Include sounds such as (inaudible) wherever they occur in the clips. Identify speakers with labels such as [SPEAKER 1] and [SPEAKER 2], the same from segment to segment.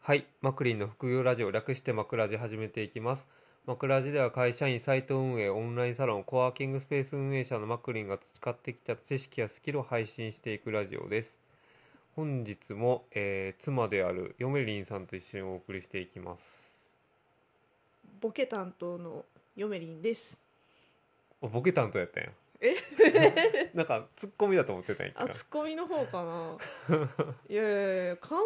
[SPEAKER 1] はい、マクリンの副業ラジオ略してマクラジ始めていきます。マクラジでは会社員、サイト運営、オンラインサロン、コワーキングスペース運営者のマクリンが培ってきた知識やスキルを配信していくラジオです。本日も、えー妻であるヨメリンさんと一緒にお送りしていきます。
[SPEAKER 2] ボケ担当のヨメリンです。
[SPEAKER 1] あボケ担当やったんや。 (laughs) なんかツッコミだと思ってたんやけ
[SPEAKER 2] あ、
[SPEAKER 1] ど。
[SPEAKER 2] ツッコミの方
[SPEAKER 1] (laughs)
[SPEAKER 2] かな。いやいやいや、関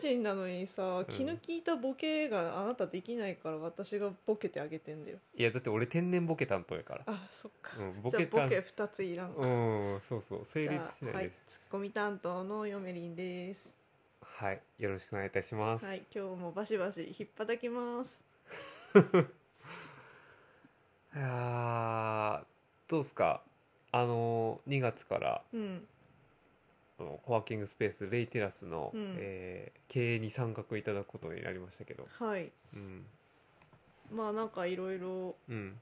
[SPEAKER 2] 西人なのにさ、気の利いたボケがあなたできないから、私がボケてあげてんだよ。
[SPEAKER 1] いやだって俺天然ボケ担当やから。
[SPEAKER 2] あ、そっか。
[SPEAKER 1] うん、ボ
[SPEAKER 2] じゃあ
[SPEAKER 1] ケ担
[SPEAKER 2] ボケ二ついらんか。
[SPEAKER 1] うん、そうそう成立し
[SPEAKER 2] じゃあ
[SPEAKER 1] な
[SPEAKER 2] はいい
[SPEAKER 1] です。、
[SPEAKER 2] ツッコミ担当のヨメリンです。
[SPEAKER 1] はい、よろしくお願いいたします。
[SPEAKER 2] はい、今日もバシバシ引っ叩きます。
[SPEAKER 1] いやーどうですかあの2月から
[SPEAKER 2] うん、
[SPEAKER 1] あのコワーキングスペースレイテラスの、
[SPEAKER 2] うん
[SPEAKER 1] えー経営に参画いただくことになりましたけど
[SPEAKER 2] はい。
[SPEAKER 1] うん
[SPEAKER 2] まあ、なんかいろいろ、
[SPEAKER 1] うん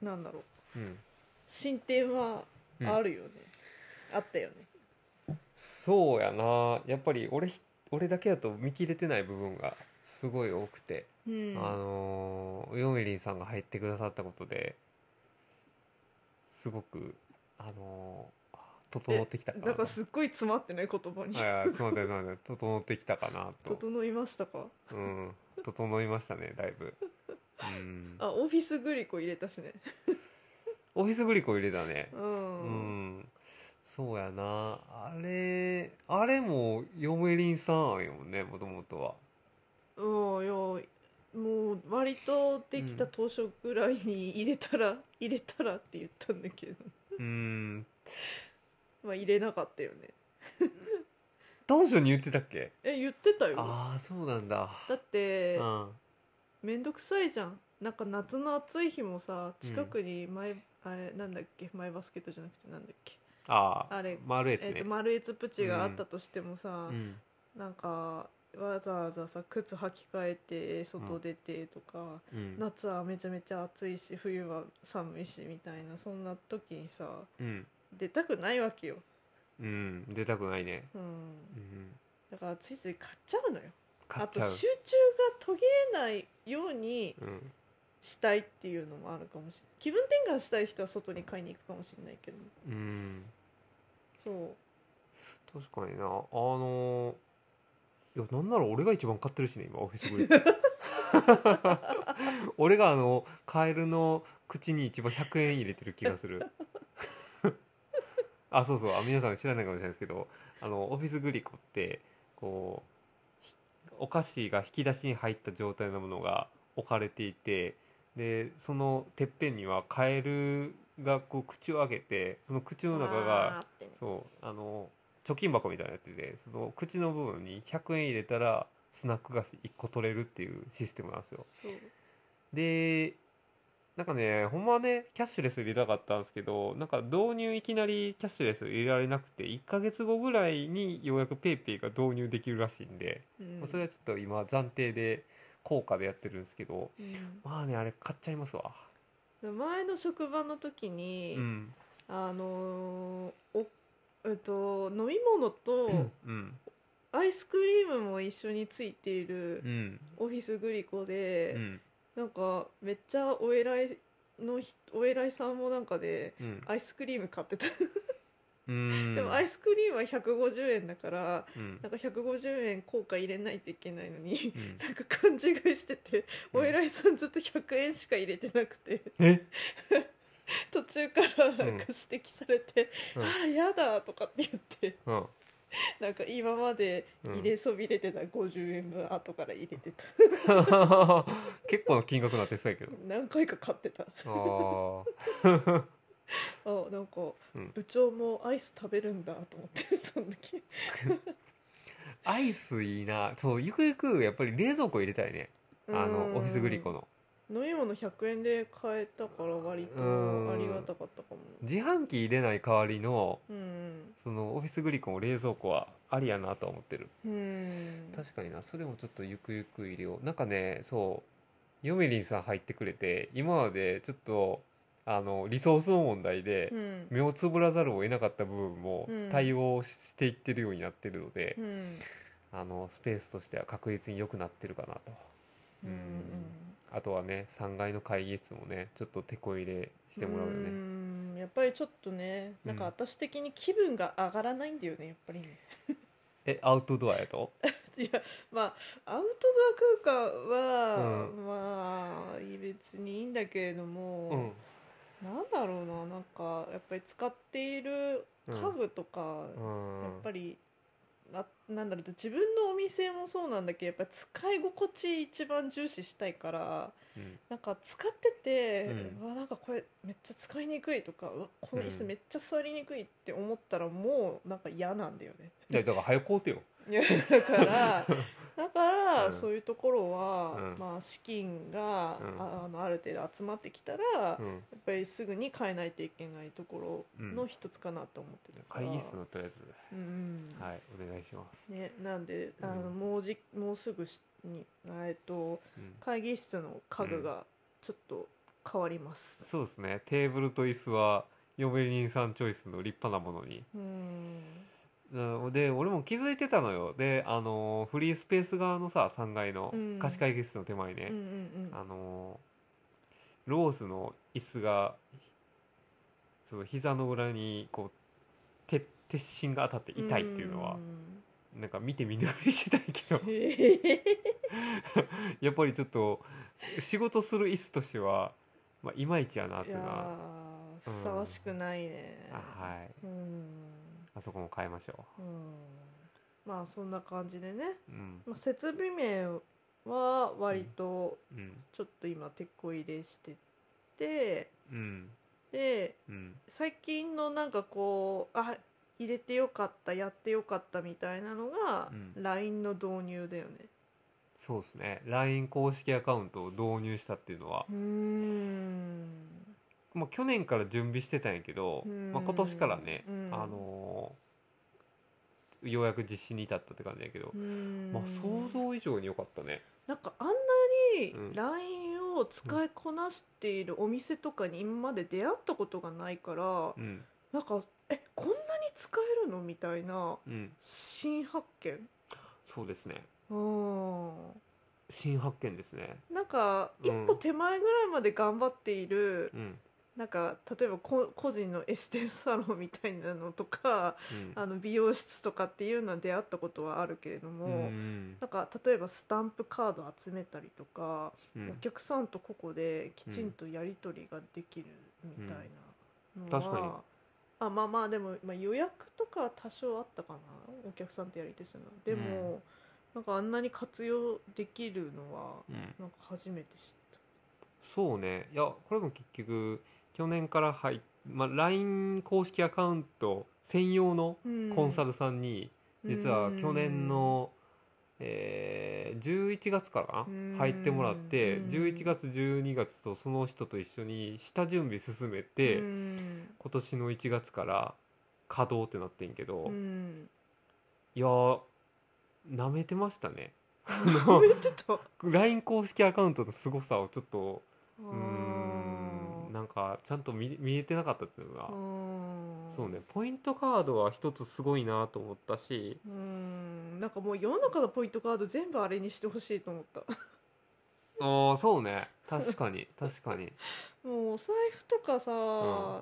[SPEAKER 2] なんだろう。
[SPEAKER 1] うん
[SPEAKER 2] 進展はあるよね。あったよね。
[SPEAKER 1] そうやなやっぱり俺ひ俺だけだと見切れてない部分がすごい多くて、
[SPEAKER 2] うん。
[SPEAKER 1] あのーヨメリンさんが入ってくださったことですごくあのー整ってきたかな
[SPEAKER 2] なんかすっごい詰まってない言葉に
[SPEAKER 1] はいはい、そうだよそうだよ整ってきたかなと。
[SPEAKER 2] (laughs) 整いましたか
[SPEAKER 1] うん、整いましたねだいぶ、うん、
[SPEAKER 2] あオフィスグリコ入れたしね
[SPEAKER 1] オフィスグリコ入れたね
[SPEAKER 2] う
[SPEAKER 1] うん、
[SPEAKER 2] ん、
[SPEAKER 1] そうやなあれあれもヨメリンさんやもんねもともとは
[SPEAKER 2] うん、いやもう割とできた当初ぐらいに入れたら、入れたらって言ったんだけど (laughs)
[SPEAKER 1] うん
[SPEAKER 2] まあ入れなかったよね
[SPEAKER 1] 当初に言ってたっけ
[SPEAKER 2] え言ってたよ
[SPEAKER 1] ああそうなんだ
[SPEAKER 2] だって
[SPEAKER 1] うんうん
[SPEAKER 2] めんどくさいじゃんなんか夏の暑い日もさ近くに前、あれなんだっけ前バスケットじゃなくてなんだっけ
[SPEAKER 1] ああ
[SPEAKER 2] あれ
[SPEAKER 1] 丸越
[SPEAKER 2] えっ
[SPEAKER 1] ね
[SPEAKER 2] と、丸越プチがあったとしてもさ、
[SPEAKER 1] うん
[SPEAKER 2] なんかわざわざさ靴履き替えて外出てとか、
[SPEAKER 1] うん
[SPEAKER 2] 夏はめちゃめちゃ暑いし冬は寒いしみたいなそんな時にさ
[SPEAKER 1] うん、
[SPEAKER 2] 出たくないわけよ、
[SPEAKER 1] うん、出たくないね、
[SPEAKER 2] うん、
[SPEAKER 1] うん、
[SPEAKER 2] だからついつい買っちゃうのよ
[SPEAKER 1] 買っ
[SPEAKER 2] あと
[SPEAKER 1] ちゃう
[SPEAKER 2] 集中が途切れないように
[SPEAKER 1] うん、
[SPEAKER 2] したいっていうのもあるかもしれない気分転換したい人は外に買いに行くかもしれないけど
[SPEAKER 1] うん、
[SPEAKER 2] そう
[SPEAKER 1] 確かになあのーいやなんなら俺が一番買ってるしね今オフィスグリ俺があのカエルの口に一番100円入れてる気がするあそうそうあ皆さん知らないかもしれないですけどあのオフィスグリコってこうひお菓子が引き出しに入った状態のものが置かれていてでそのてっぺんにはカエルがこう口を開けてその口の中が
[SPEAKER 2] あーってね
[SPEAKER 1] そうあの貯金箱みたいなやつでその口の部分に100円入れたらスナック菓子1個取れるっていうシステムなんですよ
[SPEAKER 2] そう
[SPEAKER 1] でなんかねほんまはねキャッシュレス入れたかったんですけどなんか導入いきなりキャッシュレス入れられなくて1ヶ月後ぐらいにようやく PayPay が導入できるらしいんで、
[SPEAKER 2] うん、
[SPEAKER 1] まあそれはちょっと今暫定で効果でやってるんですけど
[SPEAKER 2] うん
[SPEAKER 1] まあねあれ買っちゃいますわ
[SPEAKER 2] 前の職場の時に、
[SPEAKER 1] うん
[SPEAKER 2] あのーおえっと飲み物と
[SPEAKER 1] うん
[SPEAKER 2] アイスクリームも一緒についていうる
[SPEAKER 1] ん
[SPEAKER 2] オフィスグリコ
[SPEAKER 1] う
[SPEAKER 2] で、
[SPEAKER 1] ん
[SPEAKER 2] なんかめっちゃお偉いのひお偉いさんもなんかで
[SPEAKER 1] うん
[SPEAKER 2] アイスクリーム買ってた、
[SPEAKER 1] うん
[SPEAKER 2] でもアイスクリームは150円だから
[SPEAKER 1] うん
[SPEAKER 2] なんか150円効果入れないといけないのに (laughs)
[SPEAKER 1] うん
[SPEAKER 2] なんか勘違いしてて、
[SPEAKER 1] うん
[SPEAKER 2] お偉いさんずっと100円しか入れてなくて
[SPEAKER 1] え
[SPEAKER 2] 途中からなんか指摘されて「
[SPEAKER 1] うん
[SPEAKER 2] ああやだ」とかって言って。
[SPEAKER 1] うん
[SPEAKER 2] なんか今まで入れそびれてた50円分後から入れ
[SPEAKER 1] (laughs)
[SPEAKER 2] てた
[SPEAKER 1] 結構な金額になってそうやけど
[SPEAKER 2] 何回か買ってた
[SPEAKER 1] あ
[SPEAKER 2] あなんか
[SPEAKER 1] うん
[SPEAKER 2] 部長もアイス食べるんだと思って (laughs) その時
[SPEAKER 1] あアイスいいなそうゆくゆくやっぱり冷蔵庫入れたいねあ
[SPEAKER 2] う
[SPEAKER 1] の
[SPEAKER 2] ん
[SPEAKER 1] オフィスグリコの
[SPEAKER 2] 飲み物100円で買えたから割と
[SPEAKER 1] うん
[SPEAKER 2] ありがたかったかも
[SPEAKER 1] 自販機入れない代わりの
[SPEAKER 2] うん
[SPEAKER 1] そのオフィスグリコの冷蔵庫はありやなとは思ってる
[SPEAKER 2] うん
[SPEAKER 1] 確かになそれもちょっとゆくゆく入れようなんかねそうヨメリンさん入ってくれて今までちょっとあのリソースの問題で
[SPEAKER 2] うん
[SPEAKER 1] 目をつぶらざるを得なかった部分も
[SPEAKER 2] うん
[SPEAKER 1] 対応していってるようになってるので、
[SPEAKER 2] うん
[SPEAKER 1] あのスペースとしては確実に良くなってるかなと
[SPEAKER 2] うんうん
[SPEAKER 1] あとはね3階の会議室もねちょっと手こ入れしてもらうよね
[SPEAKER 2] んやっぱりちょっとねなんか私的に気分が上がらないんだよねやっぱりね
[SPEAKER 1] えアウトドアやと
[SPEAKER 2] (laughs) いやまあアウトドア空間は、
[SPEAKER 1] う
[SPEAKER 2] まあいい別にいいんだけれども、
[SPEAKER 1] うん
[SPEAKER 2] なんだろうななんかやっぱり使っている家具とか、
[SPEAKER 1] うん
[SPEAKER 2] やっぱりななんだろう自分のお店もそうなんだけどやっぱり使い心地一番重視したいから
[SPEAKER 1] うん
[SPEAKER 2] なんか使ってて、
[SPEAKER 1] う
[SPEAKER 2] うわなんかこれめっちゃ使いにくいとかうわこの椅子めっちゃ座りにくいって思ったらもうなんか嫌なんだよね。
[SPEAKER 1] いやだから早く買うてよ
[SPEAKER 2] いやだからだから、
[SPEAKER 1] うん
[SPEAKER 2] そういうところは、
[SPEAKER 1] うん
[SPEAKER 2] まあ、資金が、
[SPEAKER 1] うん
[SPEAKER 2] ああのある程度集まってきたら、
[SPEAKER 1] う
[SPEAKER 2] や
[SPEAKER 1] ん
[SPEAKER 2] っぱりすぐに変えないといけないところの一つかなと思ってたから、
[SPEAKER 1] 会議室のとりあえず
[SPEAKER 2] うんうん
[SPEAKER 1] はいお願いします
[SPEAKER 2] ね、なんで
[SPEAKER 1] うん
[SPEAKER 2] あの、もうじもうすぐしに、えっと、
[SPEAKER 1] うん
[SPEAKER 2] 会議室の家具がちょっと変わります。
[SPEAKER 1] そうですねテーブルと椅子は嫁人さんチョイスの立派なものに
[SPEAKER 2] うん、
[SPEAKER 1] うんで俺も気づいてたのよであのーフリースペース側のさ3階の
[SPEAKER 2] うん
[SPEAKER 1] 貸し会議室の手前ね
[SPEAKER 2] うん、うん
[SPEAKER 1] あのーロースの椅子がその膝の裏にこう鉄鉄心が当たって
[SPEAKER 2] うん、
[SPEAKER 1] 痛いっていうのは
[SPEAKER 2] ん。
[SPEAKER 1] (laughs) なんか見て見ぬふりしてたいけど (laughs)
[SPEAKER 2] へへへ
[SPEAKER 1] やっぱりちょっと仕事する椅子としては、まあ、いまいちやなって
[SPEAKER 2] い
[SPEAKER 1] いう
[SPEAKER 2] や
[SPEAKER 1] のは
[SPEAKER 2] ーふさわしくないね。
[SPEAKER 1] あはい
[SPEAKER 2] うん、
[SPEAKER 1] あそこも変えましょ
[SPEAKER 2] うん、まあそんな感じでね、
[SPEAKER 1] ううん
[SPEAKER 2] まあ、設備面は割と
[SPEAKER 1] うん
[SPEAKER 2] ちょっと今手こ入れしてて
[SPEAKER 1] うん
[SPEAKER 2] で
[SPEAKER 1] うん
[SPEAKER 2] 最近のなんかこうあ入れてよかったやってよかったみたいなのが
[SPEAKER 1] う
[SPEAKER 2] LINE の導入だよね
[SPEAKER 1] そうですね LINE 公式アカウントを導入したっていうのは
[SPEAKER 2] う、ーん
[SPEAKER 1] まあ、去年から準備してたんやけど、
[SPEAKER 2] うん
[SPEAKER 1] まあ、今年からね、
[SPEAKER 2] うん
[SPEAKER 1] あのーようやく実施に至ったって感じやけど
[SPEAKER 2] うー、ん
[SPEAKER 1] まあ、想像以上に良かったね
[SPEAKER 2] なんかあんなに
[SPEAKER 1] うん
[SPEAKER 2] LINE を使いこなしているお店とかに今まで出会ったことがないから
[SPEAKER 1] うん
[SPEAKER 2] なんかえこんなに使えるのみたいな
[SPEAKER 1] うん
[SPEAKER 2] 新発見
[SPEAKER 1] そうですね
[SPEAKER 2] うん
[SPEAKER 1] 新発見ですね
[SPEAKER 2] なんか一
[SPEAKER 1] うん
[SPEAKER 2] 歩手前ぐらいまで頑張っている、
[SPEAKER 1] うん
[SPEAKER 2] なんか例えばこ個人のエステサロンみたいなのとか
[SPEAKER 1] うん
[SPEAKER 2] あの美容室とかっていうのは出会ったことはあるけれども、
[SPEAKER 1] うん
[SPEAKER 2] なんか例えばスタンプカード集めたりとか、
[SPEAKER 1] うん
[SPEAKER 2] お客さんと個々できちんとやり取りができるみたいなのは、
[SPEAKER 1] 確かに
[SPEAKER 2] あまあまあでも、まあ、予約とかは多少あったかなお客さんとやり取りするのでも、なんかあんなに活用できるのは
[SPEAKER 1] うん
[SPEAKER 2] なんか初めて知った。
[SPEAKER 1] そうねいやこれも結局去年から入っ、まあ、LINE 公式アカウント専用の
[SPEAKER 2] うん
[SPEAKER 1] コンサルさんに、実は去年の、えー11月か
[SPEAKER 2] うん
[SPEAKER 1] な入ってもらって
[SPEAKER 2] うん
[SPEAKER 1] 11月12月とその人と一緒に下準備進め (laughs) て、
[SPEAKER 2] うん
[SPEAKER 1] 今年の1月から稼働ってなってんけど、
[SPEAKER 2] うん (laughs)
[SPEAKER 1] いやーなめてましたね
[SPEAKER 2] 褒めてた
[SPEAKER 1] LINE 公式アカウントの凄さをちょっと
[SPEAKER 2] う
[SPEAKER 1] (laughs) うーんなんかちゃんと見見えてなかったっていうのが、そうねポイントカードは一つすごいなと思ったし、
[SPEAKER 2] うんなんかもう世の中のポイントカード全部あれにしてほしいと思った
[SPEAKER 1] ああそうね確かに確かに
[SPEAKER 2] もうお財布とかさ、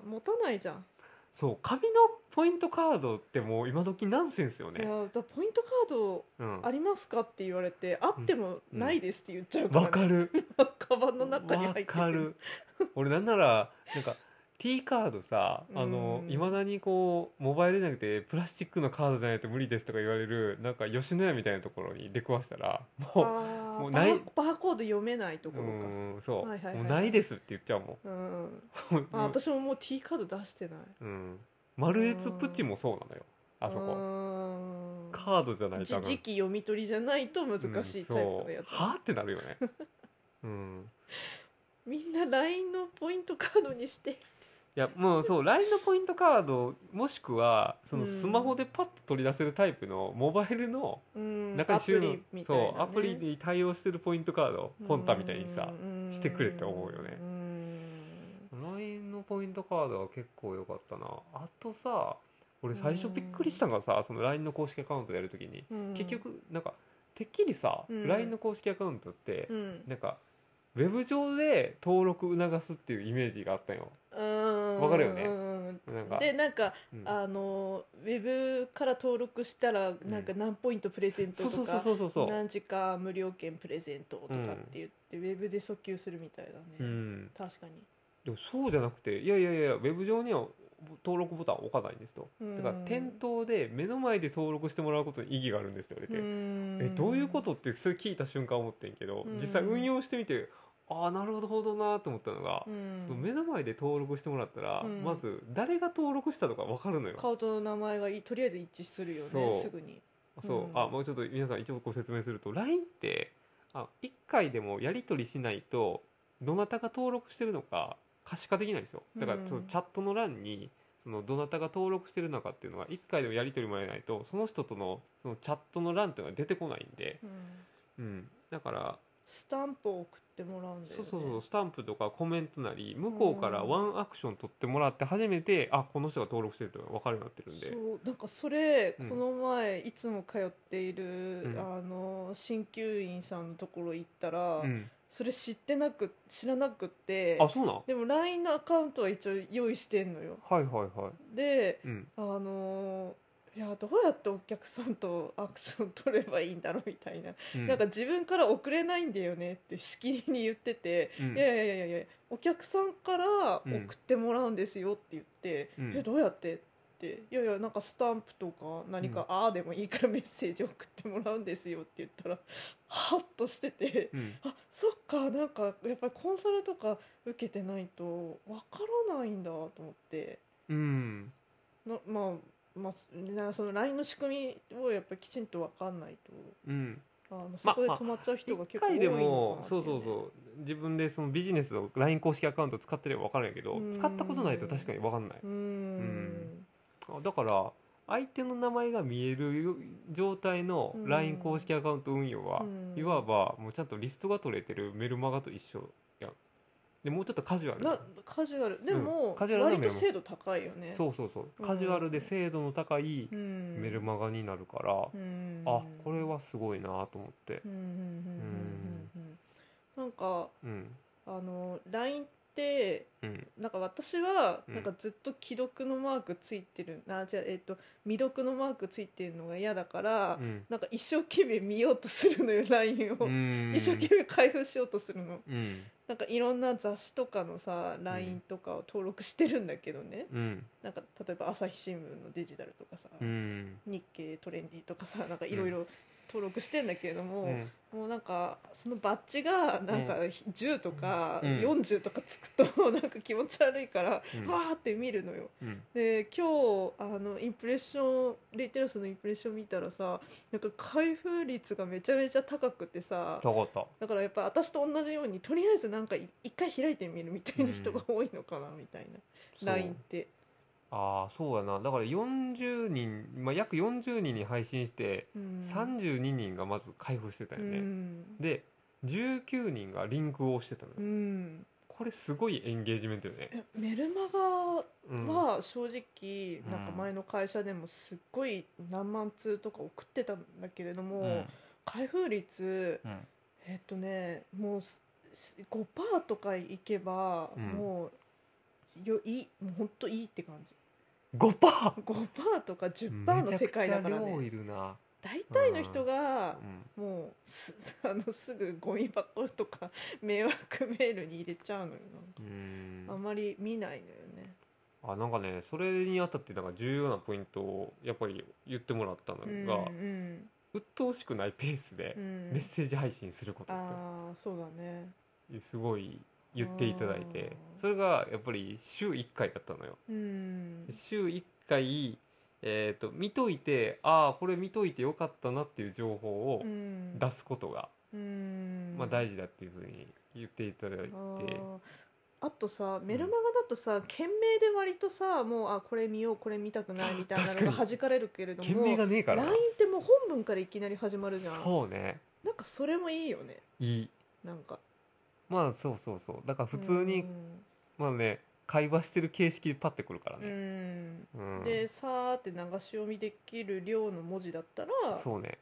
[SPEAKER 2] 持たないじゃん、
[SPEAKER 1] そう紙のポイントカードってもう今時ナンセンスよ
[SPEAKER 2] いや
[SPEAKER 1] ね
[SPEAKER 2] だからポイントカード
[SPEAKER 1] うん
[SPEAKER 2] ありますかって言われてあってもないですって言っちゃうから、
[SPEAKER 1] わかる
[SPEAKER 2] (laughs) カバンの
[SPEAKER 1] わ
[SPEAKER 2] 中に入ってて
[SPEAKER 1] かる俺なんならなんか T カードさあの
[SPEAKER 2] うん
[SPEAKER 1] いまだにこうモバイルじゃなくてプラスチックのカードじゃないと無理ですとか言われるなんか吉野家みたいなところに出くわしたら
[SPEAKER 2] あ
[SPEAKER 1] も
[SPEAKER 2] ー
[SPEAKER 1] もうない
[SPEAKER 2] バーバーコード読めないと
[SPEAKER 1] う
[SPEAKER 2] こ
[SPEAKER 1] う
[SPEAKER 2] ろか
[SPEAKER 1] んそう、
[SPEAKER 2] はいはいはい
[SPEAKER 1] もうないですって言っちゃうも
[SPEAKER 2] うん、
[SPEAKER 1] ん
[SPEAKER 2] あ私ももう T カード出してない
[SPEAKER 1] うん、マルエツプチもそうなのよあそうこ
[SPEAKER 2] ーん
[SPEAKER 1] カードじゃない
[SPEAKER 2] じ
[SPEAKER 1] 多分
[SPEAKER 2] 時期読み取りじゃないと難しいタイプのやつ、
[SPEAKER 1] うんそうはあってなるよねうん
[SPEAKER 2] みんな LINE のポイントカードにして
[SPEAKER 1] いやもうそう LINE のポイントカードもしくはその
[SPEAKER 2] うん
[SPEAKER 1] スマホでパッと取り出せるタイプのモバイルの中
[SPEAKER 2] ア
[SPEAKER 1] に
[SPEAKER 2] プ
[SPEAKER 1] 収納、
[SPEAKER 2] リみたいな、ね、
[SPEAKER 1] そうアプリに対応してるポイントカードポンタみたいにさ
[SPEAKER 2] うん
[SPEAKER 1] してくれって思うよね
[SPEAKER 2] うん
[SPEAKER 1] LINE のポイントカードは結構良かったなあとさ俺俺最初びっくりしたのがさその LINE の公式アカウントやるときに、
[SPEAKER 2] うん
[SPEAKER 1] 結、局なんかてっきりさ、
[SPEAKER 2] うん
[SPEAKER 1] LINE の公式アカウントって、
[SPEAKER 2] うん、
[SPEAKER 1] なんかウェブ上で登録促すっていうイメージがあったよわかるよね
[SPEAKER 2] ね
[SPEAKER 1] なんか
[SPEAKER 2] でなんか、
[SPEAKER 1] うん
[SPEAKER 2] あのウェブから登録したらなんか何ポイントプレゼント
[SPEAKER 1] そう
[SPEAKER 2] と
[SPEAKER 1] そう
[SPEAKER 2] か、
[SPEAKER 1] そうそうそう
[SPEAKER 2] 何時間無料券プレゼントとかって言って、ウェブで訴求するみたいだね、
[SPEAKER 1] うん、
[SPEAKER 2] 確かに
[SPEAKER 1] でもそうじゃなくていやいやいやウェブ上には登録ボタン置かないんですとだから店頭で目の前で登録してもらうことに意義があるんですって言われて、え
[SPEAKER 2] え
[SPEAKER 1] どういうことってそれ聞いた瞬間思ってんけど、
[SPEAKER 2] うん
[SPEAKER 1] 実際運用してみてああなるほどなーと思ったのが、その目の前で登録してもらったら、
[SPEAKER 2] うん
[SPEAKER 1] まず誰が登録したとか分かるのよ。
[SPEAKER 2] 顔と名前がいとりあえず一致するよ
[SPEAKER 1] そう
[SPEAKER 2] ねすぐに
[SPEAKER 1] そう、
[SPEAKER 2] うん
[SPEAKER 1] あもうちょっと皆さん一応ご説明すると LINE ってあ1回でもやり取りしないとどなたが登録してるのか可視化できないんですよだから
[SPEAKER 2] うん
[SPEAKER 1] そのチャットの欄にそのどなたが登録してるのかっていうのが1回でもやり取りもらえないとその人とのそのチャットの欄っていうのが出てこないんで、
[SPEAKER 2] うん
[SPEAKER 1] うん、だから
[SPEAKER 2] スタンプを送ってもらうんだよ、
[SPEAKER 1] そ
[SPEAKER 2] ね、
[SPEAKER 1] うそうそうスタンプとかコメントなり向こうからワンアクション取ってもらって初めてあこの人が登録してるっていうのが分かるようになってるんで
[SPEAKER 2] そうなんかそれ、
[SPEAKER 1] うん
[SPEAKER 2] この前いつも通っている、
[SPEAKER 1] うん
[SPEAKER 2] あの鍼灸院さんのところ行ったら、
[SPEAKER 1] うん、
[SPEAKER 2] それ知ってなく知らなくて
[SPEAKER 1] あそうなん
[SPEAKER 2] でも LINE のアカウントは一応用意してんのよ
[SPEAKER 1] はいはいはい、
[SPEAKER 2] で
[SPEAKER 1] うん、
[SPEAKER 2] あのいやどうやってお客さんとアクション取ればいいんだろうみたいな、
[SPEAKER 1] うん
[SPEAKER 2] なんか、自分から送れないんだよねってしきりに言ってて、
[SPEAKER 1] うん
[SPEAKER 2] いやいやいやいやお客さんから送ってもらうんですよって言って、
[SPEAKER 1] うん
[SPEAKER 2] えどうやってっていやいやなんかスタンプとか何か「ああ」でもいいからメッセージ送ってもらうんですよって言ったらハッとしてて
[SPEAKER 1] うん
[SPEAKER 2] あそっかなんかやっぱりコンサルとか受けてないとわからないんだと思って
[SPEAKER 1] うん
[SPEAKER 2] なまあまあ、なその LINE の仕組みをやっぱりきちんと分かんない
[SPEAKER 1] うん、
[SPEAKER 2] とあのそこで止まっちゃう人が
[SPEAKER 1] 1
[SPEAKER 2] 結構多い
[SPEAKER 1] 回で
[SPEAKER 2] のかなってい
[SPEAKER 1] もそう
[SPEAKER 2] ね
[SPEAKER 1] そうそう自分でそのビジネスの LINE 公式アカウント使ってれば分かるんやけど
[SPEAKER 2] うん
[SPEAKER 1] 使ったことないと確かに分かんない
[SPEAKER 2] うん
[SPEAKER 1] んあだから相手の名前が見えるよ状態の
[SPEAKER 2] うん
[SPEAKER 1] LINE 公式アカウント運用は
[SPEAKER 2] うん
[SPEAKER 1] いわばもうちゃんとリストが取れてるメルマガと一緒やんでもうちょっとカジュアル
[SPEAKER 2] なカジュアルでも、
[SPEAKER 1] うんカジュアルな
[SPEAKER 2] 割
[SPEAKER 1] メ
[SPEAKER 2] と
[SPEAKER 1] モ
[SPEAKER 2] 精度高いよね
[SPEAKER 1] そうそうそうカジュアルで精度の高い
[SPEAKER 2] うん、
[SPEAKER 1] メルマガになるから
[SPEAKER 2] うん
[SPEAKER 1] あこれはすごいなと思って
[SPEAKER 2] うんうんうんうんうんなんか
[SPEAKER 1] うん
[SPEAKER 2] あの LINE って
[SPEAKER 1] うん
[SPEAKER 2] なんか私は
[SPEAKER 1] うん
[SPEAKER 2] なんかずっと既読のマークついてる、あじゃあえっ、と未読のマークついてるのが嫌だから、
[SPEAKER 1] うん
[SPEAKER 2] なんか一生懸命見ようとするのよ (laughs) LINE を、
[SPEAKER 1] うん
[SPEAKER 2] 一生懸命開封しようとするの
[SPEAKER 1] うん
[SPEAKER 2] なんかいろんな雑誌とかのさ LINE とかを登録してるんだけどね、
[SPEAKER 1] うん
[SPEAKER 2] なんか例えば朝日新聞のデジタルとかさ、
[SPEAKER 1] うん
[SPEAKER 2] 日経トレンディとかさなんかいろいろ登録してんだけれども、
[SPEAKER 1] うん
[SPEAKER 2] もうなんかそのバッジがなんか10とか
[SPEAKER 1] うん
[SPEAKER 2] 40とかつくと (laughs) なんか気持ち悪いから、
[SPEAKER 1] うん
[SPEAKER 2] わーって見るのよ
[SPEAKER 1] うん
[SPEAKER 2] で今日あのインプレッションレイテラスのインプレッション見たらさなんか開封率がめちゃめちゃ高くてさ
[SPEAKER 1] 高かった
[SPEAKER 2] だからやっぱ私と同じようにとりあえずなんかい一回開いてみるみたいな人が多いのかなみたい
[SPEAKER 1] そう
[SPEAKER 2] な LINE って。
[SPEAKER 1] ああそうやなだから40人、まあ、約40人に配信して
[SPEAKER 2] うん
[SPEAKER 1] 32人がまず開封してたよね、
[SPEAKER 2] うん
[SPEAKER 1] で19人がリンクを押してたのよ、
[SPEAKER 2] うん
[SPEAKER 1] これすごいエンゲージメントよね、
[SPEAKER 2] えメルマガ
[SPEAKER 1] うん、
[SPEAKER 2] は正直、
[SPEAKER 1] うん
[SPEAKER 2] なんか前の会社でもすっごい何万通とか送ってたんだけれども、
[SPEAKER 1] うん
[SPEAKER 2] 開封率
[SPEAKER 1] うん
[SPEAKER 2] えっとねもうすす5%とかいけば、
[SPEAKER 1] うん
[SPEAKER 2] もうよいいもうほんといいって感じ
[SPEAKER 1] 5%!
[SPEAKER 2] 5%とか10%の世界だから
[SPEAKER 1] めちゃくちゃ量
[SPEAKER 2] ね
[SPEAKER 1] いるな、
[SPEAKER 2] 大体の人が
[SPEAKER 1] うん
[SPEAKER 2] もうすあのすぐゴミ箱とか迷惑メールに入れちゃうのよなんか
[SPEAKER 1] うん
[SPEAKER 2] あんまり見ないのよね
[SPEAKER 1] あなんかねそれにあたってなんか重要なポイントをやっぱり言ってもらったのが、
[SPEAKER 2] うん
[SPEAKER 1] 鬱陶しくないペースで
[SPEAKER 2] うんうん
[SPEAKER 1] メッセージ配信することって、
[SPEAKER 2] ああそうだね
[SPEAKER 1] すごい言っていただいて
[SPEAKER 2] うん
[SPEAKER 1] それがやっぱり週1回だったのよ
[SPEAKER 2] うん
[SPEAKER 1] 週1回、えー、と見といてああこれ見といてよかったなっていう情報を
[SPEAKER 2] うん
[SPEAKER 1] 出すことが、
[SPEAKER 2] うん
[SPEAKER 1] まあ、大事だっていうふうに言っていただいて
[SPEAKER 2] あーあとさメルマガだとさ件名で割とさもうあこれ見ようこれ見たくないみたいな
[SPEAKER 1] 確か
[SPEAKER 2] の
[SPEAKER 1] に
[SPEAKER 2] が弾かれるけれど
[SPEAKER 1] 件
[SPEAKER 2] も
[SPEAKER 1] 名がねえから
[SPEAKER 2] LINE
[SPEAKER 1] な
[SPEAKER 2] ってもう本文からいきなり始まるじゃん
[SPEAKER 1] そうね
[SPEAKER 2] なんかそれもいいよね
[SPEAKER 1] いい
[SPEAKER 2] なんか
[SPEAKER 1] まあそうそうそうだから普通に、
[SPEAKER 2] うん
[SPEAKER 1] まあね会話してる形式でパッてくるから
[SPEAKER 2] う
[SPEAKER 1] ね、
[SPEAKER 2] ん
[SPEAKER 1] うん
[SPEAKER 2] でさーって流し読みできる量の文字だったら
[SPEAKER 1] そうね、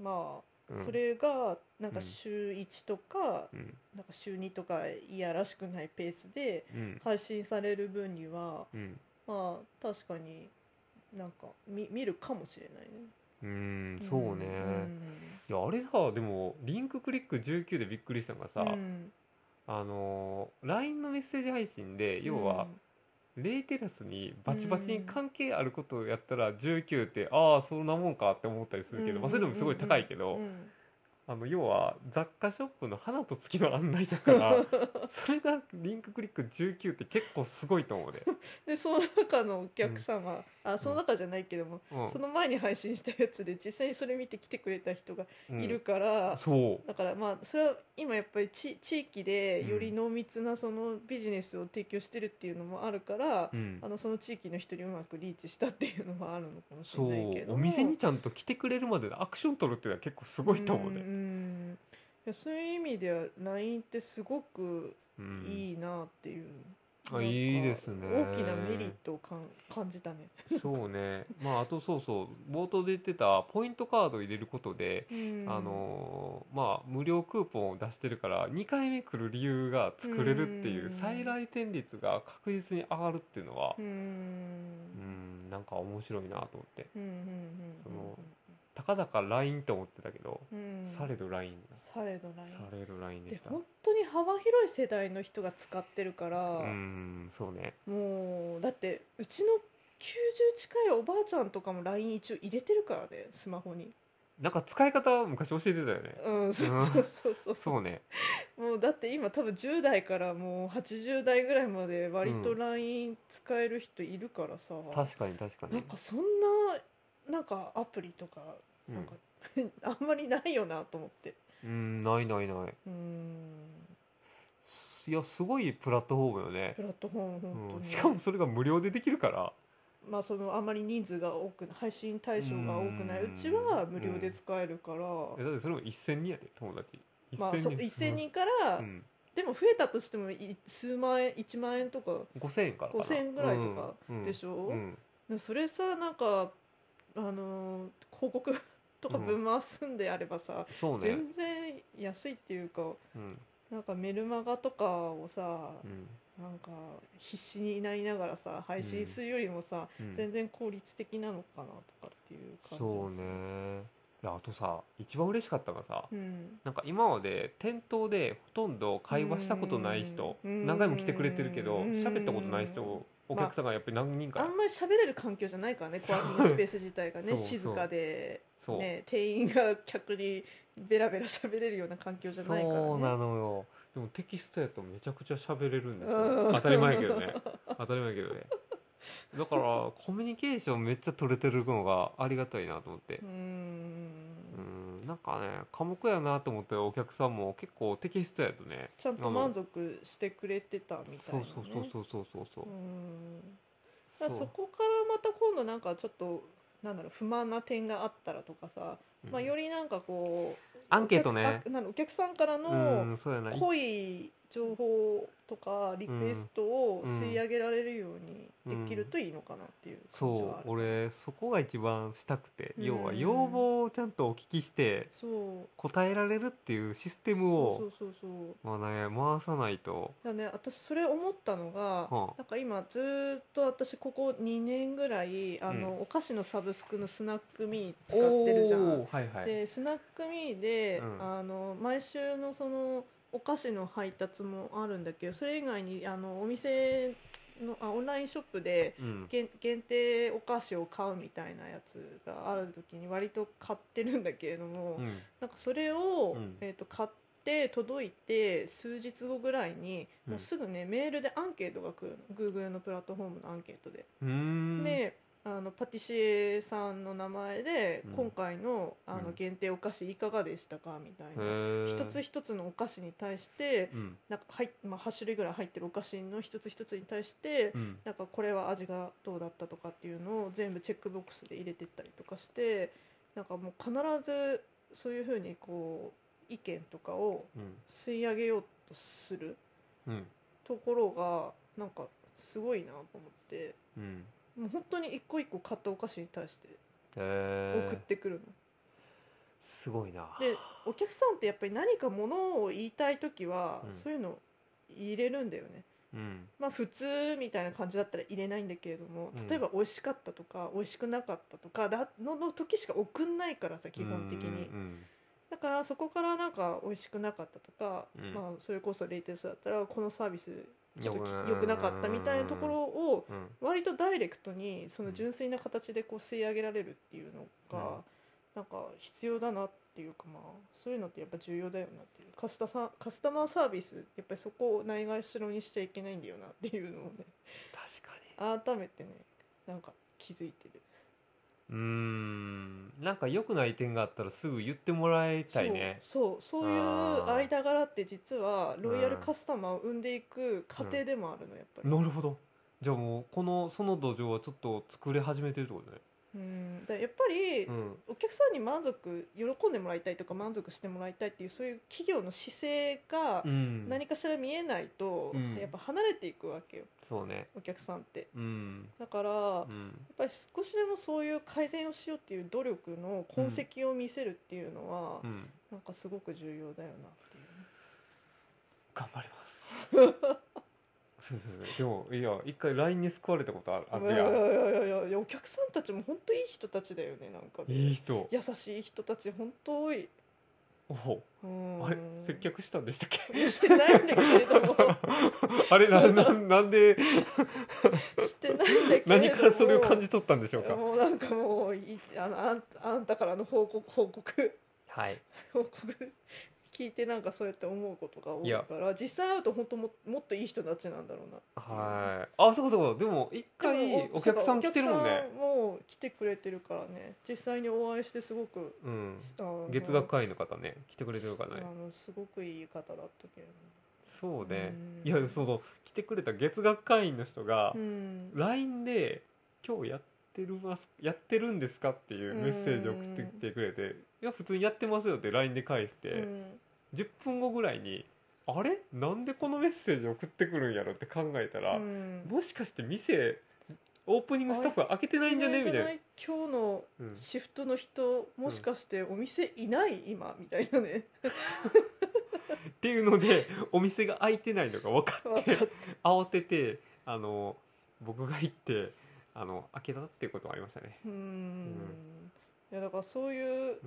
[SPEAKER 2] まあ
[SPEAKER 1] うん
[SPEAKER 2] それがなんか
[SPEAKER 1] うん
[SPEAKER 2] 週1とか
[SPEAKER 1] うん
[SPEAKER 2] なんか週2とかいやらしくないペースで
[SPEAKER 1] うん
[SPEAKER 2] 配信される分には
[SPEAKER 1] うん
[SPEAKER 2] まあ確かになんか見見るかもしれないね。
[SPEAKER 1] うんそうね、いやあれさでもリンククリック19でびっくりしたのがさ、
[SPEAKER 2] うんうん
[SPEAKER 1] あのー LINE のメッセージ配信で要は、レイテラスにバチバチに関係あることをやったら19って、ああそんなもんかって思ったりするけど、まあ、それでもすごい高いけど、
[SPEAKER 2] うんうん
[SPEAKER 1] あの要は雑貨ショップの花と月の案内だから (laughs) それがリンククリック19って結構すごいと思うで、
[SPEAKER 2] (laughs) でその中のお客様、あその中じゃないけども、
[SPEAKER 1] うん
[SPEAKER 2] (laughs) その前に配信したやつで実際にそれ見て来てくれた人が
[SPEAKER 1] うん
[SPEAKER 2] いるから、
[SPEAKER 1] そう
[SPEAKER 2] だからまあそれは今やっぱり地地域でより濃密なそのビジネスを提供してるっていうのもあるから、
[SPEAKER 1] うん
[SPEAKER 2] あのその地域の人にうまくリーチしたっていうのもあるのかもし
[SPEAKER 1] そ
[SPEAKER 2] れないけ
[SPEAKER 1] う
[SPEAKER 2] ど
[SPEAKER 1] お店にちゃんと来てくれるまでのアクション取るっていうのは結構すごいと思うね
[SPEAKER 2] ん。んいやそういう意味では LINE ってすごく
[SPEAKER 1] うん
[SPEAKER 2] いいなっていう、
[SPEAKER 1] あ
[SPEAKER 2] なんか
[SPEAKER 1] いいですね
[SPEAKER 2] 大きなメリットをかん感じたね、
[SPEAKER 1] そうねまああとそうそう冒頭で言ってたポイントカードを入れることで、
[SPEAKER 2] うん
[SPEAKER 1] あのーまあ無料クーポンを出してるから2回目来る理由が作れるっていううん再来店率が確実に上がるっていうのは
[SPEAKER 2] うーん
[SPEAKER 1] うんなんか面白いなと思って
[SPEAKER 2] うんうんうん
[SPEAKER 1] そのたかだか LINE と思ってたけど、
[SPEAKER 2] うん
[SPEAKER 1] されど LINE
[SPEAKER 2] されどライ
[SPEAKER 1] されど LINE
[SPEAKER 2] ン
[SPEAKER 1] で
[SPEAKER 2] で
[SPEAKER 1] した
[SPEAKER 2] 本当に幅広い世代の人が使ってるから、
[SPEAKER 1] うんそうね
[SPEAKER 2] もうだってうちの90近いおばあちゃんとかも LINE 一応入れてるからねスマホに
[SPEAKER 1] なんか使い方は昔教えてたよね
[SPEAKER 2] うんそうそうそうそう
[SPEAKER 1] そうね
[SPEAKER 2] もうだって今多分10代からもう80代ぐらいまで割
[SPEAKER 1] う
[SPEAKER 2] と
[SPEAKER 1] ん
[SPEAKER 2] LINE 使える人いるからさ、
[SPEAKER 1] 確かに確かに
[SPEAKER 2] なんかそんななんかアプリとか
[SPEAKER 1] うん
[SPEAKER 2] なんか、 (laughs) あんまりないよなと思って
[SPEAKER 1] うんないないないう
[SPEAKER 2] ーん
[SPEAKER 1] いやすごいプラットフォームよね
[SPEAKER 2] プラットフォーム本当に、
[SPEAKER 1] うん、しかもそれが無料でできるから
[SPEAKER 2] まあそのあんまり人数が多く配信対象が多くないう
[SPEAKER 1] うん
[SPEAKER 2] ちは無料で使えるから、
[SPEAKER 1] えだってそれも1000人やで友達
[SPEAKER 2] まあ、そ1000人から、
[SPEAKER 1] うん、
[SPEAKER 2] でも増えたとしてもい数万円1万円とか
[SPEAKER 1] 5000円からかな
[SPEAKER 2] 5000円ぐらいとかでしょ、
[SPEAKER 1] うんうん
[SPEAKER 2] でそれさなんかあのー広告とかぶん回すんであればさ、
[SPEAKER 1] そうね、
[SPEAKER 2] 全然安いっていうか
[SPEAKER 1] うん
[SPEAKER 2] なんかメルマガとかをさ、
[SPEAKER 1] うん
[SPEAKER 2] なんか必死になりながらさ配信するよりもさ、
[SPEAKER 1] うん、
[SPEAKER 2] 全然効率的なのかなとかっていう感じがする
[SPEAKER 1] そうねいやあとさ一番嬉しかったのがさ、
[SPEAKER 2] うん
[SPEAKER 1] なんか今まで店頭でほとんど会話したことない人
[SPEAKER 2] うん
[SPEAKER 1] 何回も来てくれてるけど
[SPEAKER 2] うん
[SPEAKER 1] 喋ったことない人をお客さんがやっぱり何人
[SPEAKER 2] あ
[SPEAKER 1] か
[SPEAKER 2] んまり喋れる環境じゃないからねコワーキングスペース自体が
[SPEAKER 1] そ
[SPEAKER 2] ね
[SPEAKER 1] うそう
[SPEAKER 2] 静かで、
[SPEAKER 1] そう
[SPEAKER 2] ね、店員が客にベラベラ喋れるような環境じゃないから、ね、
[SPEAKER 1] そうなのよでもテキストやとめちゃくちゃ喋れるんです
[SPEAKER 2] う
[SPEAKER 1] よ
[SPEAKER 2] ん
[SPEAKER 1] 当たり前やけどね当たり前やけどねだからコミュニケーションめっちゃ取れてるのがありがたいなと思って
[SPEAKER 2] うー
[SPEAKER 1] うんんなんかね寡黙やなと思ってお客さんも結構テキストやとね
[SPEAKER 2] ちゃんと満足してくれてたみたいな、ね、
[SPEAKER 1] そうそうそうそうそうそうそう
[SPEAKER 2] うーん
[SPEAKER 1] そう
[SPEAKER 2] だからそこからまた今度なんかちょっとなんだろう不満な点があったらとかさ、まあ、よりなんかこう
[SPEAKER 1] アンケートね
[SPEAKER 2] お客さんあなんだお客さんから
[SPEAKER 1] う
[SPEAKER 2] の
[SPEAKER 1] んそうやな
[SPEAKER 2] 濃い情報とかリクエストを吸い上げられるようにできるといいのかなっていう感じ
[SPEAKER 1] そ
[SPEAKER 2] はある
[SPEAKER 1] う俺そこが一番したくて
[SPEAKER 2] うん
[SPEAKER 1] 要は要望をちゃんとお聞きして
[SPEAKER 2] そう
[SPEAKER 1] 答えられるっていうシステムを
[SPEAKER 2] そうそうそうそう
[SPEAKER 1] まあね回さないと
[SPEAKER 2] だね、私それ思ったのが、
[SPEAKER 1] はあ
[SPEAKER 2] なんか今ずーっと私ここ2年ぐらいあの、
[SPEAKER 1] う
[SPEAKER 2] お菓子のサブスクのスナックミー使ってるじゃ
[SPEAKER 1] お
[SPEAKER 2] ん。
[SPEAKER 1] ーはいはい
[SPEAKER 2] でスナックミーで、
[SPEAKER 1] うん
[SPEAKER 2] あの毎週のそのお菓子の配達もあるんだけどそれ以外にあのお店のあオンラインショップで
[SPEAKER 1] うん
[SPEAKER 2] 限限定お菓子を買うみたいなやつがある時に割と買ってるんだけれども。
[SPEAKER 1] うん
[SPEAKER 2] なんかそれを、
[SPEAKER 1] うん
[SPEAKER 2] えー、と買って届いて数日後ぐらいに
[SPEAKER 1] うん
[SPEAKER 2] もうすぐね、メールでアンケートが来るの Google のプラットフォームのアンケートで。
[SPEAKER 1] うーん
[SPEAKER 2] であのパティシエさんの名前で、
[SPEAKER 1] うん
[SPEAKER 2] 今回のあ
[SPEAKER 1] う
[SPEAKER 2] の
[SPEAKER 1] ん
[SPEAKER 2] 限定お菓子いかがでしたかみたい
[SPEAKER 1] へ
[SPEAKER 2] な、
[SPEAKER 1] ー
[SPEAKER 2] 一つ一つのお菓子に対して
[SPEAKER 1] うん
[SPEAKER 2] なんか入っ、まあ、8種類ぐらい入ってるお菓子の一つ一つに対して、
[SPEAKER 1] うん
[SPEAKER 2] なんかこれは味がどうだったとかっていうのを全部チェックボックスで入れてったりとかしてなんかもう必ずそういうふうにこう意見とかを
[SPEAKER 1] うん
[SPEAKER 2] 吸い上げようとする
[SPEAKER 1] うん
[SPEAKER 2] ところがなんかすごいなと思って
[SPEAKER 1] うん
[SPEAKER 2] もう本当に一個一個買ったお菓子に対して
[SPEAKER 1] へ
[SPEAKER 2] 送っ
[SPEAKER 1] え
[SPEAKER 2] てくるの、
[SPEAKER 1] すごいな
[SPEAKER 2] でお客さんってやっぱり何かものを言いたい時は、
[SPEAKER 1] うん
[SPEAKER 2] そういうの入れるんだよね
[SPEAKER 1] うん
[SPEAKER 2] まあ普通みたいな感じだったら入れないんだけれども
[SPEAKER 1] うん
[SPEAKER 2] 例えば美味しかったとか美味しくなかったとかだのの時しか送んないからさ基本的に、
[SPEAKER 1] うん
[SPEAKER 2] だからそこからなんか美味しくなかったとか、
[SPEAKER 1] うん
[SPEAKER 2] まあそれこそレイテストだったらこのサービスちょっとき
[SPEAKER 1] よく
[SPEAKER 2] 良くなかったみたいなところを
[SPEAKER 1] うん
[SPEAKER 2] 割とダイレクトにその純粋な形でこう吸い上げられるっていうの
[SPEAKER 1] うん
[SPEAKER 2] がなんか必要だなっていうかまあそういうのってやっぱ重要だよなっていうカスタさカスタマーサービスやっぱりそこをないがしろにしちゃいけないんだよなっていうのをね
[SPEAKER 1] 確かに
[SPEAKER 2] 改めてねなんか気づいてる
[SPEAKER 1] うーんなんか良くない点があったらすぐ言ってもらいたいね
[SPEAKER 2] そうそうそういう
[SPEAKER 1] あー
[SPEAKER 2] 間柄って実はロイヤル
[SPEAKER 1] うん
[SPEAKER 2] カスタマーを生んでいく過程でもあるのやっぱり、
[SPEAKER 1] なるほどじゃあもうこのその土壌はちょっと作れ始めてるってことね
[SPEAKER 2] うん、だからやっぱり、
[SPEAKER 1] うん
[SPEAKER 2] お客さんに満足喜んでもらいたいとか満足してもらいたいっていうそういう企業の姿勢が
[SPEAKER 1] うん
[SPEAKER 2] 何かしら見えないと、
[SPEAKER 1] うん
[SPEAKER 2] やっぱ離れていくわけよ
[SPEAKER 1] そうね
[SPEAKER 2] お客さんって
[SPEAKER 1] うん
[SPEAKER 2] だから、
[SPEAKER 1] う
[SPEAKER 2] やっ
[SPEAKER 1] ん
[SPEAKER 2] ぱり少しでもそういう改善をしようっていう努力の痕跡を見せるっていうのは、
[SPEAKER 1] うん
[SPEAKER 2] なんかすごく重要だよなっていうね
[SPEAKER 1] 頑張ります (laughs) そうそうそうでもいや一回 LINE に救われたことあるあ
[SPEAKER 2] い
[SPEAKER 1] る
[SPEAKER 2] やい
[SPEAKER 1] や
[SPEAKER 2] や
[SPEAKER 1] (laughs)
[SPEAKER 2] い
[SPEAKER 1] ん
[SPEAKER 2] やいやいやお客さんたちも本当いい人たちだよねなんかね
[SPEAKER 1] いい人
[SPEAKER 2] 優しい人たち本当多い
[SPEAKER 1] おお
[SPEAKER 2] うん
[SPEAKER 1] あれ接客したんでしたっ (laughs) け
[SPEAKER 2] (laughs) してないんだけれども
[SPEAKER 1] (laughs) あれなななんで
[SPEAKER 2] してないんだけれども
[SPEAKER 1] 何からそれを感じ取ったんでしょ (laughs) うか
[SPEAKER 2] もうなんかもういあのあんあんたからの報告報告
[SPEAKER 1] はい
[SPEAKER 2] 報告聞いてなんかそうやって思うことが多いから実際会うと本当ももっといい人たちなんだろうな
[SPEAKER 1] はいあそうかそうかでも一
[SPEAKER 2] でも
[SPEAKER 1] 回お客さん来てるもん
[SPEAKER 2] お客
[SPEAKER 1] ね
[SPEAKER 2] さんも来てくれてるからね実際にお会いしてすごく
[SPEAKER 1] うん
[SPEAKER 2] あの
[SPEAKER 1] 月額会員の方ね来てくれてるかね
[SPEAKER 2] あのすごくいい方だったけれ
[SPEAKER 1] そうね
[SPEAKER 2] う
[SPEAKER 1] い
[SPEAKER 2] ん
[SPEAKER 1] やその来てくれた月額会員の人が
[SPEAKER 2] ども、うん、
[SPEAKER 1] LINE で「今日やってるますやってるんですか?」っていうメッセージを送ってきてくれて「いや普通にやってますよ」って LINE で返して、
[SPEAKER 2] うん
[SPEAKER 1] 10分後ぐらいに「あれなんでこのメッセージ送ってくるんやろ?」って考えたら、
[SPEAKER 2] うん
[SPEAKER 1] もしかして店オープニングスタッフは開けてないんじゃねみたいな。
[SPEAKER 2] 今日の
[SPEAKER 1] うん
[SPEAKER 2] シフトの人、もしかしてお店いない今みたいなね
[SPEAKER 1] っていうのでお店が開いてないのが分かっ
[SPEAKER 2] 分か
[SPEAKER 1] て慌ててあの僕が行ってあの開けたっていうこともありましたね。
[SPEAKER 2] うんいやだからそういう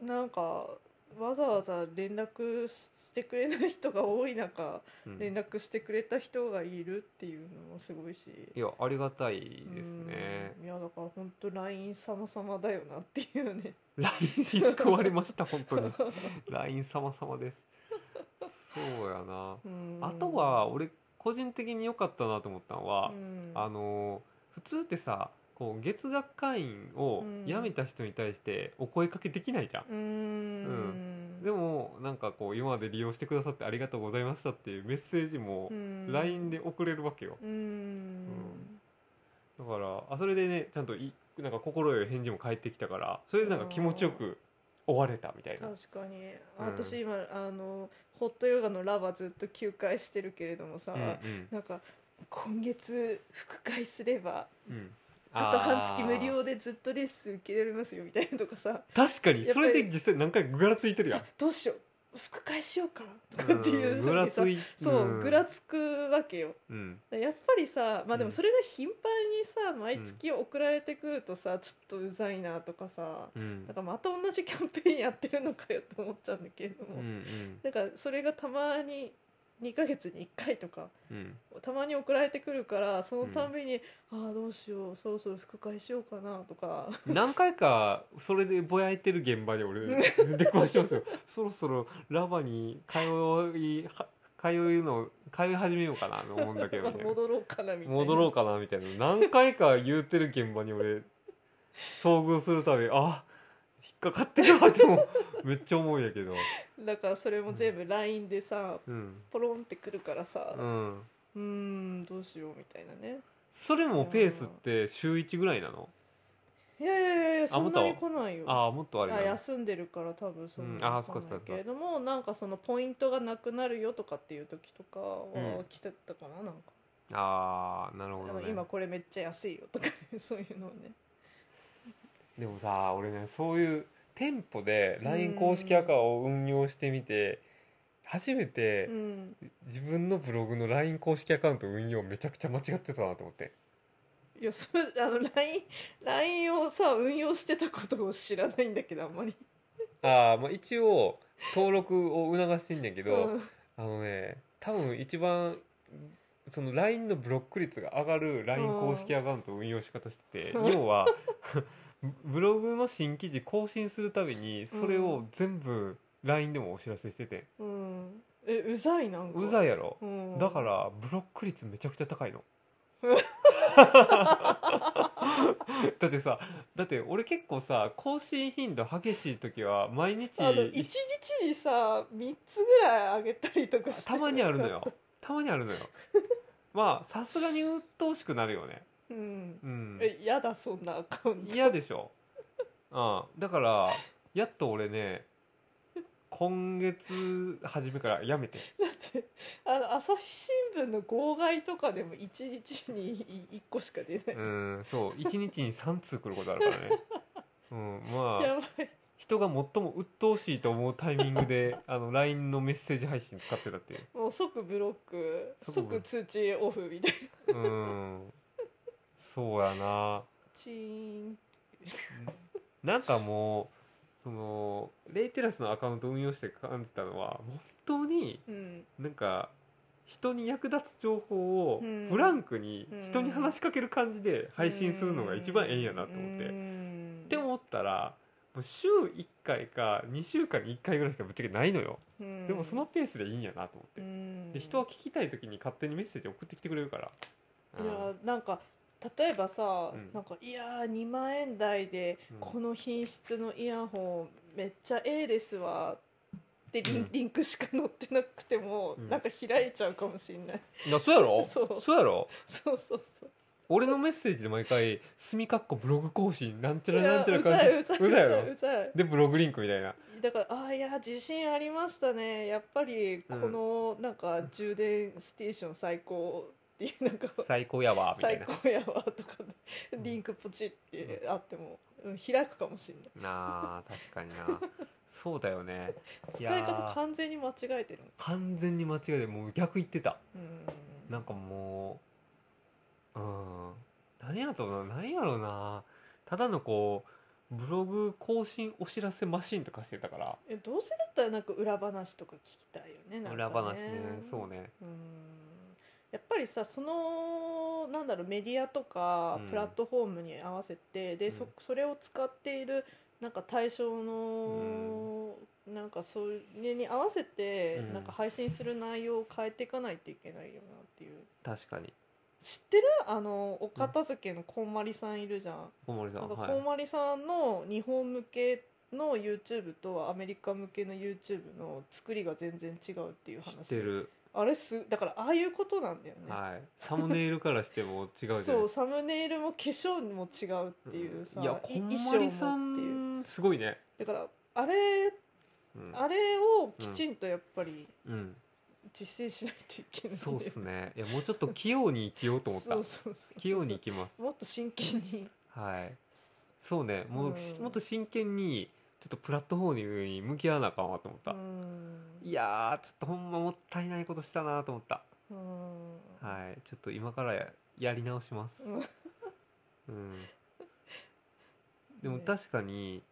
[SPEAKER 1] うん、
[SPEAKER 2] なんか (laughs) わざわざ連絡してくれない人が多い中
[SPEAKER 1] うん
[SPEAKER 2] 連絡してくれた人がいるっていうのもすごいし
[SPEAKER 1] いやありがたいですね
[SPEAKER 2] う。んいやだから本当 LINE 様様だよなっていうね
[SPEAKER 1] LINE に救われま
[SPEAKER 2] (laughs)
[SPEAKER 1] した本当に LINE 様様です。そうやな。
[SPEAKER 2] うん
[SPEAKER 1] あとは俺個人的に良かったなと思ったのは
[SPEAKER 2] う、ん
[SPEAKER 1] あの普通ってさこう月額会員を辞めた人に対してお声かけできないじゃん。
[SPEAKER 2] うーん
[SPEAKER 1] でもなんかこう今まで利用してくださってありがとうございましたっていうメッセージも
[SPEAKER 2] うん
[SPEAKER 1] LINE で送れるわけよ
[SPEAKER 2] うーん
[SPEAKER 1] だからあそれでねちゃんといなんか心よい返事も返ってきたからそれでなんか気持ちよく終われたみたいな
[SPEAKER 2] 確かに、
[SPEAKER 1] うん
[SPEAKER 2] 私今あのホットヨガのラバずっと休会してるけれどもさ、
[SPEAKER 1] うんうん
[SPEAKER 2] なんか今月副会すれば
[SPEAKER 1] うん
[SPEAKER 2] あと半月
[SPEAKER 1] ー
[SPEAKER 2] 無料でずっとレッスン受けられますよみたいなとかさ
[SPEAKER 1] 確かに
[SPEAKER 2] やっ
[SPEAKER 1] そ
[SPEAKER 2] ぱり
[SPEAKER 1] れで実際何回ぐらついてるやん
[SPEAKER 2] どうしよう副会しようかなとかっていううんふ
[SPEAKER 1] ぐ
[SPEAKER 2] う
[SPEAKER 1] ら
[SPEAKER 2] にさ、
[SPEAKER 1] つい
[SPEAKER 2] そう、
[SPEAKER 1] ん
[SPEAKER 2] ぐらつくわけよ
[SPEAKER 1] うん
[SPEAKER 2] やっぱりさまあで
[SPEAKER 1] うん
[SPEAKER 2] もそれが頻繁にさ毎月送られてくるとさちょっとうざいなとかさ
[SPEAKER 1] うん
[SPEAKER 2] なんかまた同じキャンペーンやってるのかよと思っちゃうんだけれど
[SPEAKER 1] う
[SPEAKER 2] も、
[SPEAKER 1] ん
[SPEAKER 2] なんかそれがたまに2ヶ月に1回とか
[SPEAKER 1] うんうん
[SPEAKER 2] たまに送られてくるからそのために、ああどうしようそろそろ副会しようかなとか
[SPEAKER 1] 何回かそれでぼやいてる現場で
[SPEAKER 2] (laughs)
[SPEAKER 1] 俺出くわしてますよそろそろラバに通いは通うの通い始めようかなと思うんだけどね
[SPEAKER 2] (laughs) 戻ろうかなみたいな
[SPEAKER 1] 戻ろうかなみたいな何回か言うてる現場に俺遭遇するたびあ引っかかってるわってもめっちゃ思うんやけど
[SPEAKER 2] だからそれも全部 LINE でさ
[SPEAKER 1] うん
[SPEAKER 2] ポロンってくるからさ
[SPEAKER 1] うん
[SPEAKER 2] うーんどうしようみたいなね
[SPEAKER 1] それもペースって週1ぐらいなの
[SPEAKER 2] いやいやいやそんな
[SPEAKER 1] もっ
[SPEAKER 2] に
[SPEAKER 1] と
[SPEAKER 2] 来ないよ
[SPEAKER 1] ああもっとあれ
[SPEAKER 2] あ
[SPEAKER 1] だ
[SPEAKER 2] 休んでるから多分そんな
[SPEAKER 1] うんあー
[SPEAKER 2] に来ない
[SPEAKER 1] そっかそっか
[SPEAKER 2] けれどもなんかそのポイントがなくなるよとかっていう時とか
[SPEAKER 1] う
[SPEAKER 2] は
[SPEAKER 1] ん
[SPEAKER 2] 来てたかななんか
[SPEAKER 1] ああなるほ
[SPEAKER 2] あ
[SPEAKER 1] ど、
[SPEAKER 2] の
[SPEAKER 1] ね、
[SPEAKER 2] 今これめっちゃ安いよとかそういうのをね
[SPEAKER 1] でもさ俺ねそういう店舗で LINE 公式アカを運用してみて初めて
[SPEAKER 2] うん
[SPEAKER 1] 自分のブログの LINE 公式アカウント運用めちゃくちゃ間違ってたなと思って
[SPEAKER 2] いやそれあの LINE, LINE をさ運用してたことを知らないんだけどあんまり
[SPEAKER 1] あー、まあ一応登録を促してんだけど、
[SPEAKER 2] うん
[SPEAKER 1] あのね多分一番その LINE のブロック率が上がる LINE 公式アカウントを運用し方してて
[SPEAKER 2] うん
[SPEAKER 1] 要は (laughs) ブログの新記事更新するたびにそれを全部 LINE でもお知らせしてて、
[SPEAKER 2] うん、えうざいなんか
[SPEAKER 1] うざ
[SPEAKER 2] い、
[SPEAKER 1] いやろ、
[SPEAKER 2] うん、
[SPEAKER 1] だからブロック率めちゃくちゃ高いの (laughs) だってさだって俺結構さ更新頻度激しい時は毎日
[SPEAKER 2] あの一日にさ3つぐらいあげたりとかして
[SPEAKER 1] たまにあるのよたまにあるのよまあさすがに鬱陶しくなるよね
[SPEAKER 2] うん
[SPEAKER 1] うん
[SPEAKER 2] えやだそんなアカウント
[SPEAKER 1] 嫌でしょ、うん、だからやっと俺ね今月初めからやめて
[SPEAKER 2] だってあの朝日新聞の号外とかでも一日に1個しか出ない、
[SPEAKER 1] うんそう1日に3通来ることあるからねうんまあ
[SPEAKER 2] やばい
[SPEAKER 1] 人が最も鬱陶しいと思うタイミングであの LINE のメッセージ配信使ってたっていう
[SPEAKER 2] もう即ブロック
[SPEAKER 1] 即ブロ
[SPEAKER 2] 即
[SPEAKER 1] ック
[SPEAKER 2] 通知オフみたいな
[SPEAKER 1] うんそうやな
[SPEAKER 2] チーン
[SPEAKER 1] なんかもうそのレイテラスのアカウント運用して感じたのは本当に
[SPEAKER 2] うん
[SPEAKER 1] なんか人に役立つ情報を
[SPEAKER 2] うん
[SPEAKER 1] フランクに
[SPEAKER 2] うん
[SPEAKER 1] 人に話しかける感じで配信するのが一番ええんやなと思って。って
[SPEAKER 2] も、
[SPEAKER 1] 思ったらもう週1回か2週間に1回ぐらいしかぶっちゃけないのよ。
[SPEAKER 2] うん
[SPEAKER 1] でもそのペースでいいんやなと思って。で人は聞きたい時に勝手にメッセージ送ってきてくれるから
[SPEAKER 2] いやなんか例えばさ、
[SPEAKER 1] うん
[SPEAKER 2] なんかいやー2万円台で
[SPEAKER 1] うん
[SPEAKER 2] この品質のイヤホンめっちゃええですわってリン,、
[SPEAKER 1] うん
[SPEAKER 2] リンクしか載ってなくても、
[SPEAKER 1] うん
[SPEAKER 2] なんか開いちゃうかもしれない (laughs)
[SPEAKER 1] いやそうやろ
[SPEAKER 2] そう
[SPEAKER 1] そうやろ
[SPEAKER 2] そうそうそう
[SPEAKER 1] 俺のメッセージで毎回「すみかっこブログ更新なんちゃ
[SPEAKER 2] い
[SPEAKER 1] らな
[SPEAKER 2] や
[SPEAKER 1] んちゃら
[SPEAKER 2] う
[SPEAKER 1] かん
[SPEAKER 2] ざいうざい
[SPEAKER 1] ざいやろ
[SPEAKER 2] うざい
[SPEAKER 1] でブログリンクみたいな
[SPEAKER 2] だからああいや自信ありましたねやっぱりこの、なんか充電ステーション最高っていうなんか
[SPEAKER 1] 最高やわみたい
[SPEAKER 2] 最
[SPEAKER 1] な
[SPEAKER 2] 高やわとか
[SPEAKER 1] ん
[SPEAKER 2] リンクポチってあっても、うん、開くかもしれない
[SPEAKER 1] あー確かになそうだよねいや
[SPEAKER 2] 使
[SPEAKER 1] ー
[SPEAKER 2] い方完全に間違えてる
[SPEAKER 1] 完全に間違いでもう逆言ってた
[SPEAKER 2] うん
[SPEAKER 1] なんかもううん何やとな何やろうなただのこうブログ更新お知らせマシンとかしてたから
[SPEAKER 2] えどうせだったらなんか裏話とか聞きたいよねなんかね
[SPEAKER 1] 裏話ねそうね
[SPEAKER 2] うんやっぱりさそのなんだろうメディアとか
[SPEAKER 1] うん
[SPEAKER 2] プラットフォームに合わせて、で
[SPEAKER 1] う
[SPEAKER 2] そ
[SPEAKER 1] ん
[SPEAKER 2] それを使っているなんか対象の、なんかそれに合わせて、
[SPEAKER 1] うん
[SPEAKER 2] なんか配信する内容を変えていかないといけないよなっていう
[SPEAKER 1] 確かに
[SPEAKER 2] 知ってるあのお片付けのこんまりさんいるじゃん
[SPEAKER 1] 小森さ
[SPEAKER 2] なん
[SPEAKER 1] ん
[SPEAKER 2] か
[SPEAKER 1] は
[SPEAKER 2] こんまりさんの日本向けの YouTube とアメリカ向けの YouTube の作りが全然違うっていう
[SPEAKER 1] い
[SPEAKER 2] 話
[SPEAKER 1] 知ってる
[SPEAKER 2] あれすだからああいうことなんだよね、
[SPEAKER 1] はいサムネイルからしても違うじゃないです
[SPEAKER 2] そ
[SPEAKER 1] か
[SPEAKER 2] うサムネイルも化粧も違うっていうさ、
[SPEAKER 1] いやこんまりさ
[SPEAKER 2] 衣装もっていうん
[SPEAKER 1] すごいね
[SPEAKER 2] だからあれ
[SPEAKER 1] うん、
[SPEAKER 2] あれをきちんとやっぱり (laughs)
[SPEAKER 1] うん、
[SPEAKER 2] 実践しないといけないんだよ、
[SPEAKER 1] そうっすねいやもうちょっと器用に生きようと思った
[SPEAKER 2] そうそうそう
[SPEAKER 1] 器用に生きます
[SPEAKER 2] もっと真剣に
[SPEAKER 1] はいそうねもう、
[SPEAKER 2] うん
[SPEAKER 1] もっと真剣にちょっとプラットフォームに向き合わなあかんわと思っ
[SPEAKER 2] う
[SPEAKER 1] た、
[SPEAKER 2] ん
[SPEAKER 1] いやーちょっとほんまもったいないことしたなと思った
[SPEAKER 2] うん
[SPEAKER 1] はいちょっと今からややり直します
[SPEAKER 2] うん
[SPEAKER 1] うんでも
[SPEAKER 2] ね
[SPEAKER 1] 確かに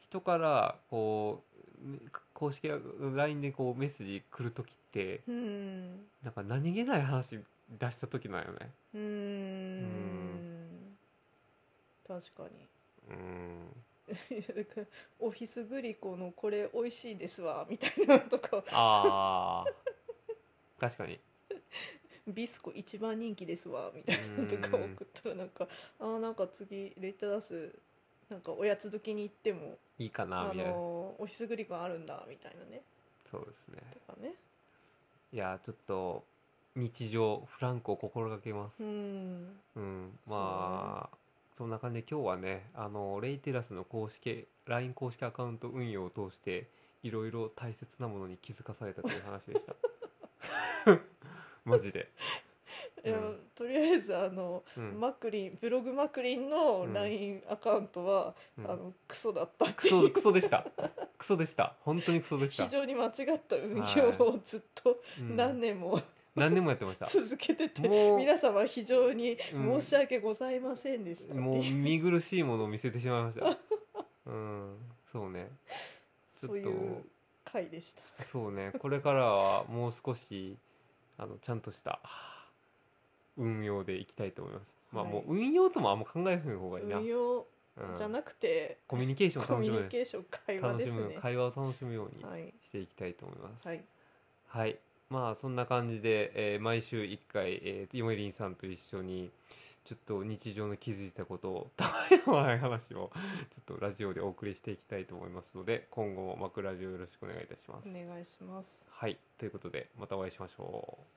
[SPEAKER 1] 人からこうね公式 LINE でこうメッセージ来る時って
[SPEAKER 2] うん
[SPEAKER 1] なんか何気ない話出した時なんよね
[SPEAKER 2] うーん確か
[SPEAKER 1] うん
[SPEAKER 2] にだから (laughs) オフィスグリコのこれ美味しいですわみたいなのとか
[SPEAKER 1] あー確かに
[SPEAKER 2] ビスコ一番人気ですわみたいなのとか
[SPEAKER 1] う
[SPEAKER 2] 送
[SPEAKER 1] ーん
[SPEAKER 2] ったらなんかあーなんか次レタダスなんかおやつ時に行っても
[SPEAKER 1] いいか
[SPEAKER 2] あ
[SPEAKER 1] なみたいな
[SPEAKER 2] のーオフィスグリコあるんだみたいなね
[SPEAKER 1] そうですね
[SPEAKER 2] とかね
[SPEAKER 1] いやちょっと日常フランクを心がけま
[SPEAKER 2] う
[SPEAKER 1] す
[SPEAKER 2] ーん
[SPEAKER 1] うんまあそんな感じで今日はねあのレイテラスの公式 LINE 公式アカウント運用を通していろいろ大
[SPEAKER 2] (laughs)
[SPEAKER 1] 切なものに気づかされたという話でしたマジで
[SPEAKER 2] いや
[SPEAKER 1] うん
[SPEAKER 2] とりあえずあの、
[SPEAKER 1] うん
[SPEAKER 2] マクリンブログマクリン
[SPEAKER 1] う
[SPEAKER 2] の
[SPEAKER 1] ん
[SPEAKER 2] LINE アカウントは、
[SPEAKER 1] うん
[SPEAKER 2] あのクソだったっ
[SPEAKER 1] ク
[SPEAKER 2] てい
[SPEAKER 1] ソ
[SPEAKER 2] う
[SPEAKER 1] クソでしたクソでした本当にクソでした
[SPEAKER 2] 非、常に間違った運用をずっと
[SPEAKER 1] うん
[SPEAKER 2] 何年も
[SPEAKER 1] 何年もやってました
[SPEAKER 2] 続けてて、
[SPEAKER 1] もう
[SPEAKER 2] 皆様非常に
[SPEAKER 1] うん
[SPEAKER 2] 申し訳ございませんでしたって
[SPEAKER 1] もう
[SPEAKER 2] いう、
[SPEAKER 1] 見苦しいものを見せてしまいました
[SPEAKER 2] (laughs)
[SPEAKER 1] うんそうねちょっ
[SPEAKER 2] そういう
[SPEAKER 1] と
[SPEAKER 2] 回でした
[SPEAKER 1] そうねこれからはもう少しあのちゃんとした運用でいきたいと思います、まあ
[SPEAKER 2] はい
[SPEAKER 1] もう運用ともあんま考えない方がいいな、う
[SPEAKER 2] 運
[SPEAKER 1] ん、
[SPEAKER 2] 用じゃなくて、
[SPEAKER 1] コミュニケーションを
[SPEAKER 2] コ
[SPEAKER 1] 楽
[SPEAKER 2] ミ
[SPEAKER 1] し
[SPEAKER 2] ュニ
[SPEAKER 1] む
[SPEAKER 2] ケーション会話
[SPEAKER 1] 楽
[SPEAKER 2] で
[SPEAKER 1] し
[SPEAKER 2] す
[SPEAKER 1] む
[SPEAKER 2] ね
[SPEAKER 1] 会話を楽しむように
[SPEAKER 2] はい
[SPEAKER 1] していきたいと思います
[SPEAKER 2] はい
[SPEAKER 1] はいまあそんな感じで、えー毎週1回、えー、ゆめりんさんと一緒にちょっと日常の気づいたことをたわいもない話をちょっとラジオでお送りしていきたいと思いますので今後も枕ラジオよろしくお願いいたします。
[SPEAKER 2] お願いします
[SPEAKER 1] はいということでまたお会いしましょう。